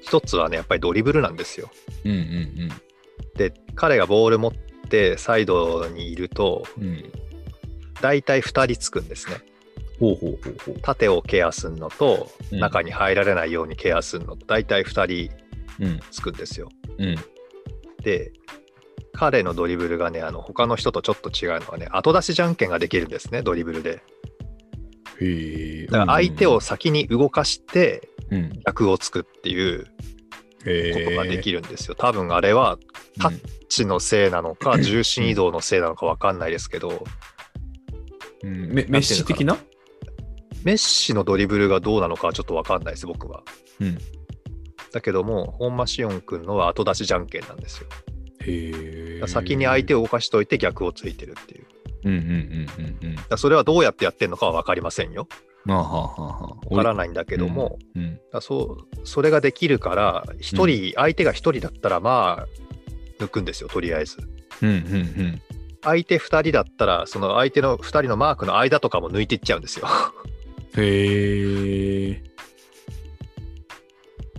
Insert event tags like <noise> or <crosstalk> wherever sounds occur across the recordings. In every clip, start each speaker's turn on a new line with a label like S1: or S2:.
S1: 一つはね、やっぱりドリブルなんですよ。
S2: うんうん
S1: で、彼がボール持ってサイドにいると、
S2: うん。うん。
S1: 大体2人つくんですね。
S2: ほうほうほうほう。
S1: 縦をケアすんのと、
S2: うん
S1: 中に入られないようにケアすんのと、大体2人
S2: うん
S1: つくんですよ。
S2: うん。
S1: で、彼のドリブルがね、あの他の人とちょっと違うのはね、後出しじゃんけんができるんですね、ドリブルで。
S2: へえ。
S1: だから相手を先に動かして、
S2: うんうんうん、
S1: 逆をつくっていうことができるんですよ。多分あれは
S2: た、
S1: 地のせいなの
S2: <laughs>
S1: か、重心移動のせいなのか分かんないですけど、
S2: うん、メメッシ的な
S1: メッシのドリブルがどうなのかはちょっと分かんないです、僕は。
S2: うん。
S1: だけども、本間紫音君のは後出しじゃんけんなんですよ。
S2: へ
S1: だか
S2: え。
S1: ら先に相手を動かしといて逆をついてるっていう。だか
S2: うんうんうんうんうん。
S1: らそれはどうやってやってるのかは分かりませんよ。
S2: あはあはあはあ。
S1: 分からないんだけども、
S2: うん。
S1: だからそうそれができるから、一人、相手が一人だったら、まあ、抜くんですよ、とりあえず。
S2: うんうんうん。
S1: 相手二人だったら、その相手の二人のマークの間とかも抜いていっちゃうんですよ。
S2: へえ。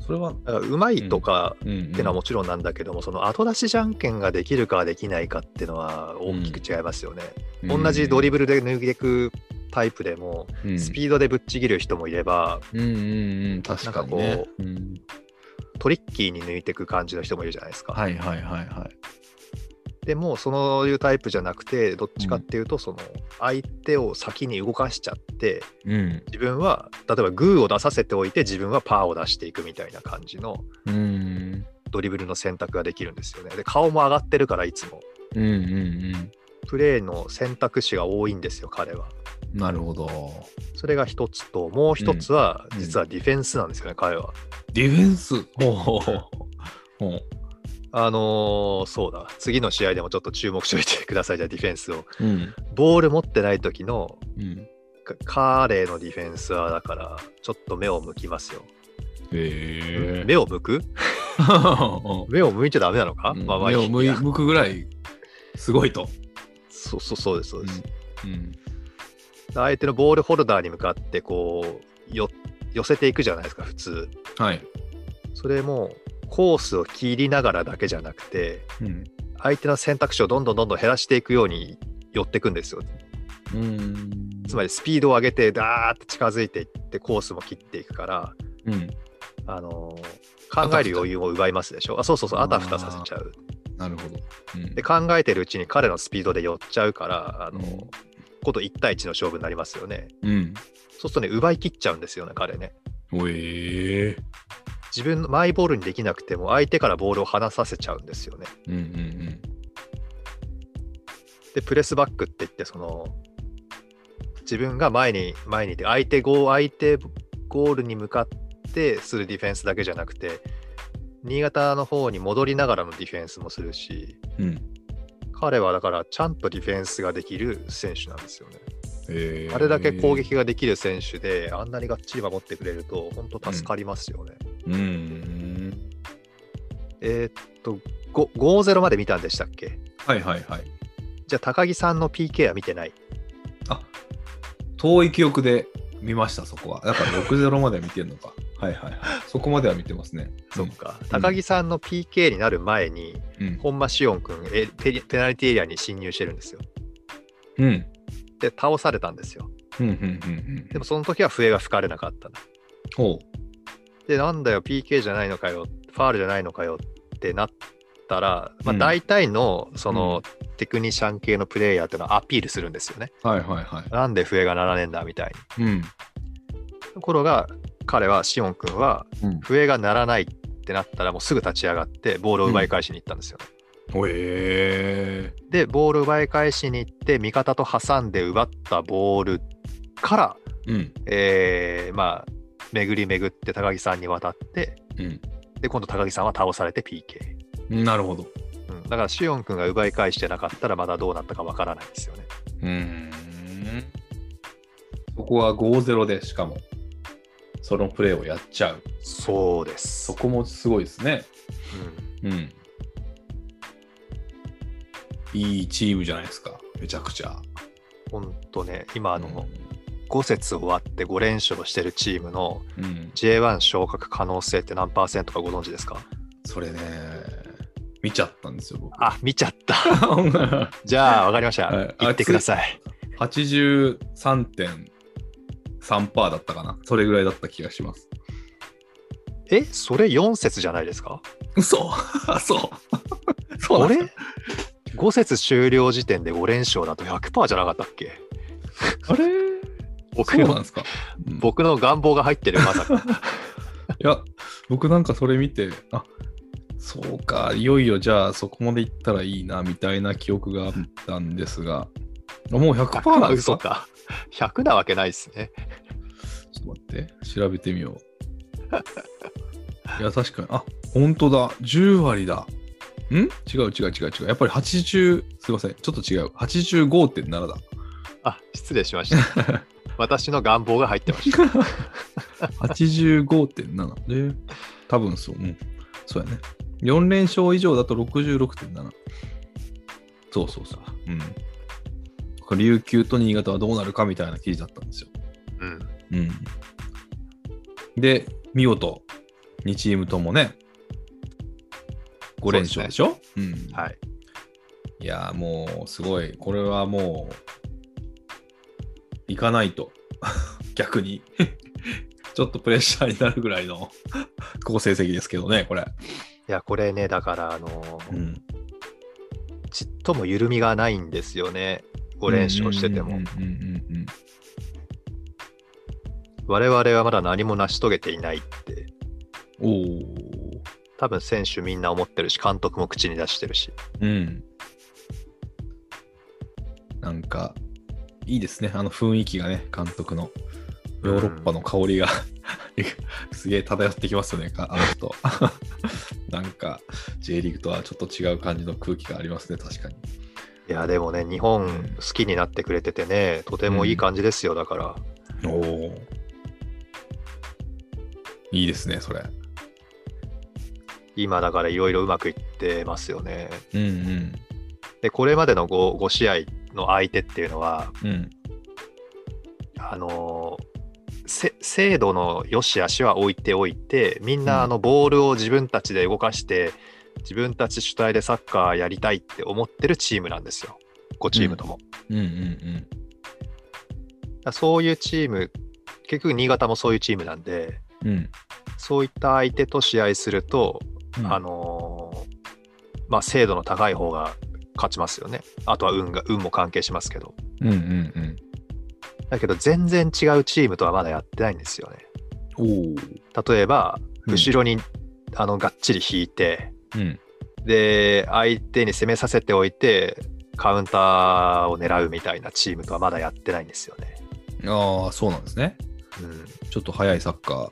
S2: それは、
S1: だからうまいとか、
S2: うんうん、
S1: ってのはもちろんなんだけども、その後出しじゃんけんができるかできないかっていうのは大きく違いますよね。同じドリブルで抜いていくタイプでも、
S2: ブル
S1: スピードでぶっちぎる人もいれば、
S2: うんうんうん、確かに、ね。
S1: なんかこ
S2: うん
S1: トリッキーに抜いていく感じの人もいるじゃないですか。
S2: はいはいはいはい。
S1: でも、そういうタイプじゃなくて、どっちかっていうと、その相手を先に動かしちゃって、
S2: うん。
S1: 自分は、例えばグーを出させておいて、自分はパーを出していくみたいな感じの
S2: うん。
S1: ドリブルの選択ができるんですよね。で、顔も上がってるから、いつも。
S2: うんうん
S1: プレーの選択肢が多いんですよ、彼は。
S2: うん。なるほど。
S1: それが一つと、もう一つは
S2: う、ん
S1: 実はディフェンスなんですよね、彼は。
S2: ディフェンス。ほうほうほうほう。
S1: あのーそうだ、次の試合でもちょっと注目しておいてください、じゃあディフェンスを。
S2: うん。
S1: ボール持ってない時の
S2: うん。
S1: か彼のディフェンスは、だから、ちょっと目を向きますよ。
S2: へえ。
S1: 目を向く目を向いちゃダメなのか、まあまあいい
S2: 目を向い
S1: や
S2: 向くぐらい、すごいと。
S1: そうそうそうです、そうです。
S2: うん。
S1: 相手のボールホルダーに向かって、こう、よ寄せていくじゃないですか、普通。
S2: はい。
S1: それも、コースを切りながらだけじゃなくて、
S2: うん。
S1: 相手の選択肢をどんどんどんどん減らしていくように寄っていくんですよ。
S2: うん。
S1: つまりスピードを上げてダーって近づいていってコースも切っていくから、
S2: うん。
S1: あのー考える余裕を奪いますでしょあそうそうそう
S2: あー
S1: あたふたさせちゃう
S2: なるほど。うん
S1: で考えてるうちに彼のスピードで寄っちゃうからあのー
S2: うん
S1: こと1対1の勝負になりますよね
S2: うん。
S1: そうするとね奪い切っちゃうんですよね彼ね
S2: おえー。
S1: 自分のマイボールにできなくても相手からボールを離させちゃうんですよね
S2: うんうん
S1: でプレスバックって言ってその自分が前に前にいて相手ゴール相手ゴールに向かってするディフェンスだけじゃなくて新潟の方に戻りながらのディフェンスもするし
S2: うん。うん。
S1: 彼はだからちゃんとディフェンスができる選手なんですよね。
S2: えー
S1: あれだけ攻撃ができる選手であんなにがっちり守ってくれると本当助かりますよね。
S2: うん。
S1: えーっとご5-0まで見たんでしたっけ
S2: はいはいはい。
S1: じゃあ高木さんの PK は見てない
S2: あ遠い記憶で見ました、そこは。だから60までは見てるのか。はいはいはい。そこまでは見てますね。
S1: そっか、高木さんの PK になる前に、
S2: うん。
S1: 本間紫音君えペリペナルティーエリアに侵入してるんですよ。
S2: うん。
S1: で倒されたんですよ。
S2: うん。うん。うん。
S1: でもその時は笛が吹かれなかったの。
S2: ほ
S1: でなんだよ PK じゃないのかよファールじゃないのかよってなったら、まあ、
S2: うん
S1: 大体のその、テクニシャン系のプレイヤーっていうのはアピールするんですよね。
S2: う。はいはいはい。
S1: なんで笛が鳴らねえんだみたいに。
S2: うん。
S1: ところが彼は紫音君は
S2: うん。
S1: 笛が鳴らないってなったらもうすぐ立ち上がってボールを奪い返しに行ったんですよね。
S2: ほえ
S1: でボールを奪い返しに行って味方と挟んで奪ったボールから
S2: ー。うん。
S1: えーまあ巡り巡って高木さんに渡ってで今度高木さんは倒されて PK、
S2: うん。なるほど。
S1: うん、だからシオン君が奪い返してなかったらまだどうなったかわからないですよね
S2: うーん。そこは5-0で、しかも、そのプレーをやっちゃう。
S1: そうです
S2: そこもすごいですね。
S1: うん、
S2: うん。いいチームじゃないですか。めちゃくちゃ。
S1: ほんとね今あの、
S2: うん
S1: 5節終わって5連勝してるチームの
S2: うん
S1: J1 昇格可能性って何パーセントかご存知ですか
S2: それね、見ちゃったんですよ、僕。 <laughs>
S1: あ、見ちゃった。
S2: は
S1: <laughs> じゃあ、わかりました。
S2: い
S1: 行ってください。
S2: あつ83.3%だったかな。それぐらいだった気がします。
S1: え、それ4節じゃないですか
S2: 嘘 <laughs> そう。そう
S1: あ
S2: なんだ
S1: れ ?5 節終了時点で5連勝だと100%じゃなかったっけ
S2: あれ
S1: 僕
S2: そうなん
S1: の
S2: ですか。うん
S1: 僕の願望が入ってる、まさか。
S2: <laughs> いや、僕なんかそれ見て、あそうか、いよいよじゃあそこまで行ったらいいなみたいな記憶があったんですが、もう100%なんです
S1: 嘘
S2: か
S1: か。100なわけないですね。
S2: ちょっと待って、調べてみよう。いや、確かに、あ本当だ、10割だ。ん違う違う違う違う。やっぱり80、すいません、ちょっと違う。85.7だ。
S1: あ、失礼しま
S2: <laughs>
S1: した。私の願望が入ってました。
S2: 85.7で、多分そう、うん。そうやね。4連勝以上だと66.7。そうそうそう。うん。これ琉球と新潟はどうなるかみたいな記事だったんですよ。
S1: うん。
S2: うん。で、見事、2チームともね、5連勝でしょうん。
S1: はい。
S2: いやー、もう、すごい。これはもう、行かないと。 <laughs> 逆に。 <laughs> ちょっとプレッシャーになるぐらいの好成績ですけどね、これ。
S1: いや、これね、だから、あの、
S2: うん。
S1: ちっとも緩みがないんですよね。5連勝してて
S2: う
S1: も
S2: ん。うんうんうんうん
S1: 我々はまだ何も成し遂げていないって、
S2: おー
S1: 多分選手みんな思ってるし、監督も口に出してるし。
S2: うん。なんか、いいですね。あの雰囲気がね、監督の。ヨーロッパの香りが、 <laughs> すげえ漂ってきますよね、かあの人。 <laughs> なんか、J リーグとはちょっと違う感じの空気がありますね、確かに。
S1: いや、でもね、日
S2: うん
S1: 本好きになってくれててね、とてもいい感じですよ、だから。
S2: おお。いいですね、それ。
S1: 今だからいろいろうまくいってますよね。
S2: うんうん。
S1: で、これまでの 5, 5試合の相手っていうのは、
S2: うん。
S1: あのーせ精度の良し悪しは置いておいてみんなあのボールを自分たちで動かして、自分たち主体でサッカーやりたいって思ってるチームなんですよ5チームとも、
S2: うんうんうん。
S1: だからそういうチーム結局新潟もそういうチームなんで
S2: うん。
S1: そういった相手と試合すると、
S2: うん
S1: あ、のーまあ精度の高い方が勝ちますよねあとは運が運も関係しますけど
S2: うんうん
S1: だけど全然違うチームとはまだやってないんですよね
S2: うん。おお。
S1: 例えば
S2: うん
S1: 後ろに、あのがっちり引いて
S2: うん。
S1: で相手に攻めさせておいてカウンターを狙うみたいなチームとはまだやってないんですよね。
S2: ああ、そうなんですね。
S1: うん、
S2: ちょっと早いサッカー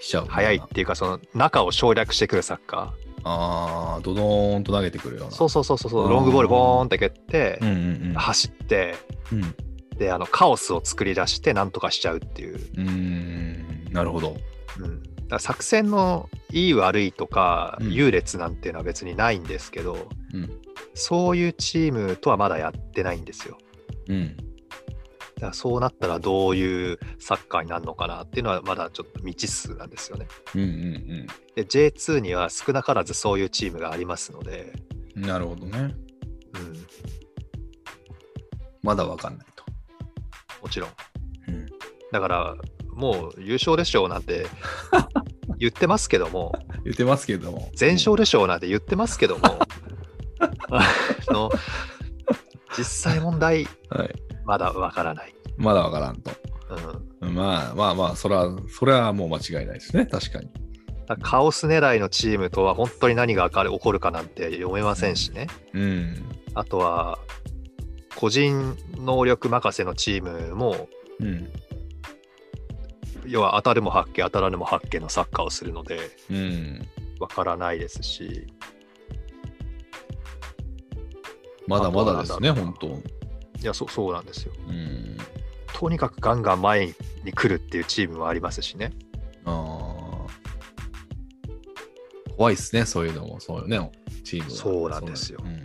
S2: しちゃう。
S1: 早いっていうかその中を省略してくるサッカ
S2: ああ、ドドーンと投げてくるよう
S1: ー
S2: な。
S1: そううそうそうそうそうロングボールボーンって蹴って、
S2: うんうん
S1: 走って
S2: うん。
S1: であのカオスを作り出してなんとかしちゃうっていう、
S2: うん。うーん。なるほど。
S1: うん、だから作戦のいい悪いとか
S2: うん
S1: 優劣なんていうのは別にないんですけど、
S2: うん。
S1: そういうチームとはまだやってないんですよ。
S2: うん。
S1: だからそうなったらどういうサッカーになるのかなっていうのはまだちょっと未知数なんですよね。
S2: うんうん
S1: で J2 には少なからずそういうチームがありますので、
S2: うん。なるほどね。
S1: うん、
S2: まだわかんないと。
S1: もちろん
S2: うん。
S1: だからもう優勝でしょうなんて言ってますけども
S2: 言ってますけども。
S1: 全勝でしょうなんて言ってますけどもあの実際問題
S2: はい。
S1: まだわからない。
S2: まだわからんと。
S1: うん
S2: まあまあまあ、それは、それはもう間違いないですね。確かに。
S1: だからカオス狙いのチームとは本当に何が起こるかなんて読めませんしね。
S2: うん。
S1: あとは個人能力任せのチームも
S2: うん。
S1: 要は当たるも八景当たらぬも八景のサッカーをするので
S2: うん。
S1: わからないですし
S2: まだまだですね、
S1: あとはな
S2: 本
S1: んだ
S2: 当。
S1: いやそそうなんですよ
S2: うん。
S1: とにかくガンガン前に来るっていうチームもありますしね
S2: ああ。怖いですね、そういうのも、そうよね、チームは
S1: そうなんですよ
S2: そうなん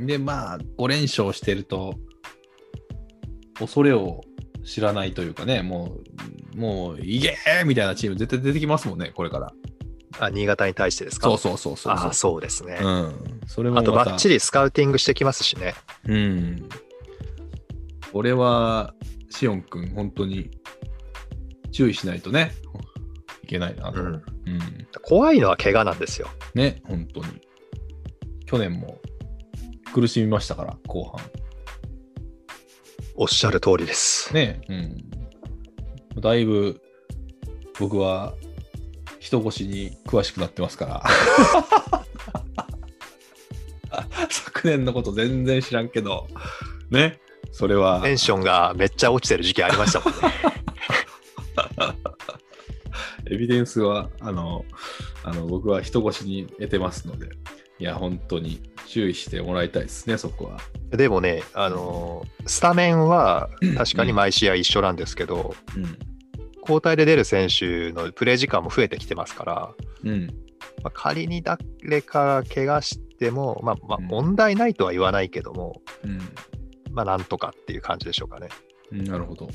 S2: うんで、まあ、5連勝してると、恐れを知らないというかね、もう、もう、いけーみたいなチーム絶対出てきますもんね、これから。
S1: あ、新潟に対してですか
S2: そうそうそうそう。
S1: あそうですね。
S2: うん。それも
S1: あと、
S2: ま
S1: ば
S2: た
S1: っちりスカウティングしてきますしね。
S2: うん。俺は、シオン君、本当に注意しないとね、いけないなと。
S1: う
S2: うんん。
S1: 怖いのは怪我なんですよ。
S2: ね、本当に。去年も苦しみましたから、後半。
S1: おっしゃる通りです。
S2: ね、うん。だいぶ、僕は、人越しに詳しくなってますから。 <laughs> 昨年のこと全然知らんけど、ね、それは。
S1: テンションがめっちゃ落ちてる時期ありましたもんね。
S2: エビデンスは、あの、あの僕は人越しに得てますので、いや、本当に注意してもらいたいですね、そこは。
S1: でもね、あのースタメンは確かに毎試合一緒なんですけど、
S2: うん。
S1: 交代で出る選手のプレー時間も増えてきてますから、
S2: うん。
S1: まあ、仮に誰か怪我しても、まあ、まあ
S2: うん
S1: 問題ないとは言わないけども、
S2: うん
S1: まあ、なんとかっていう感じでしょうかね。
S2: うん。なるほど。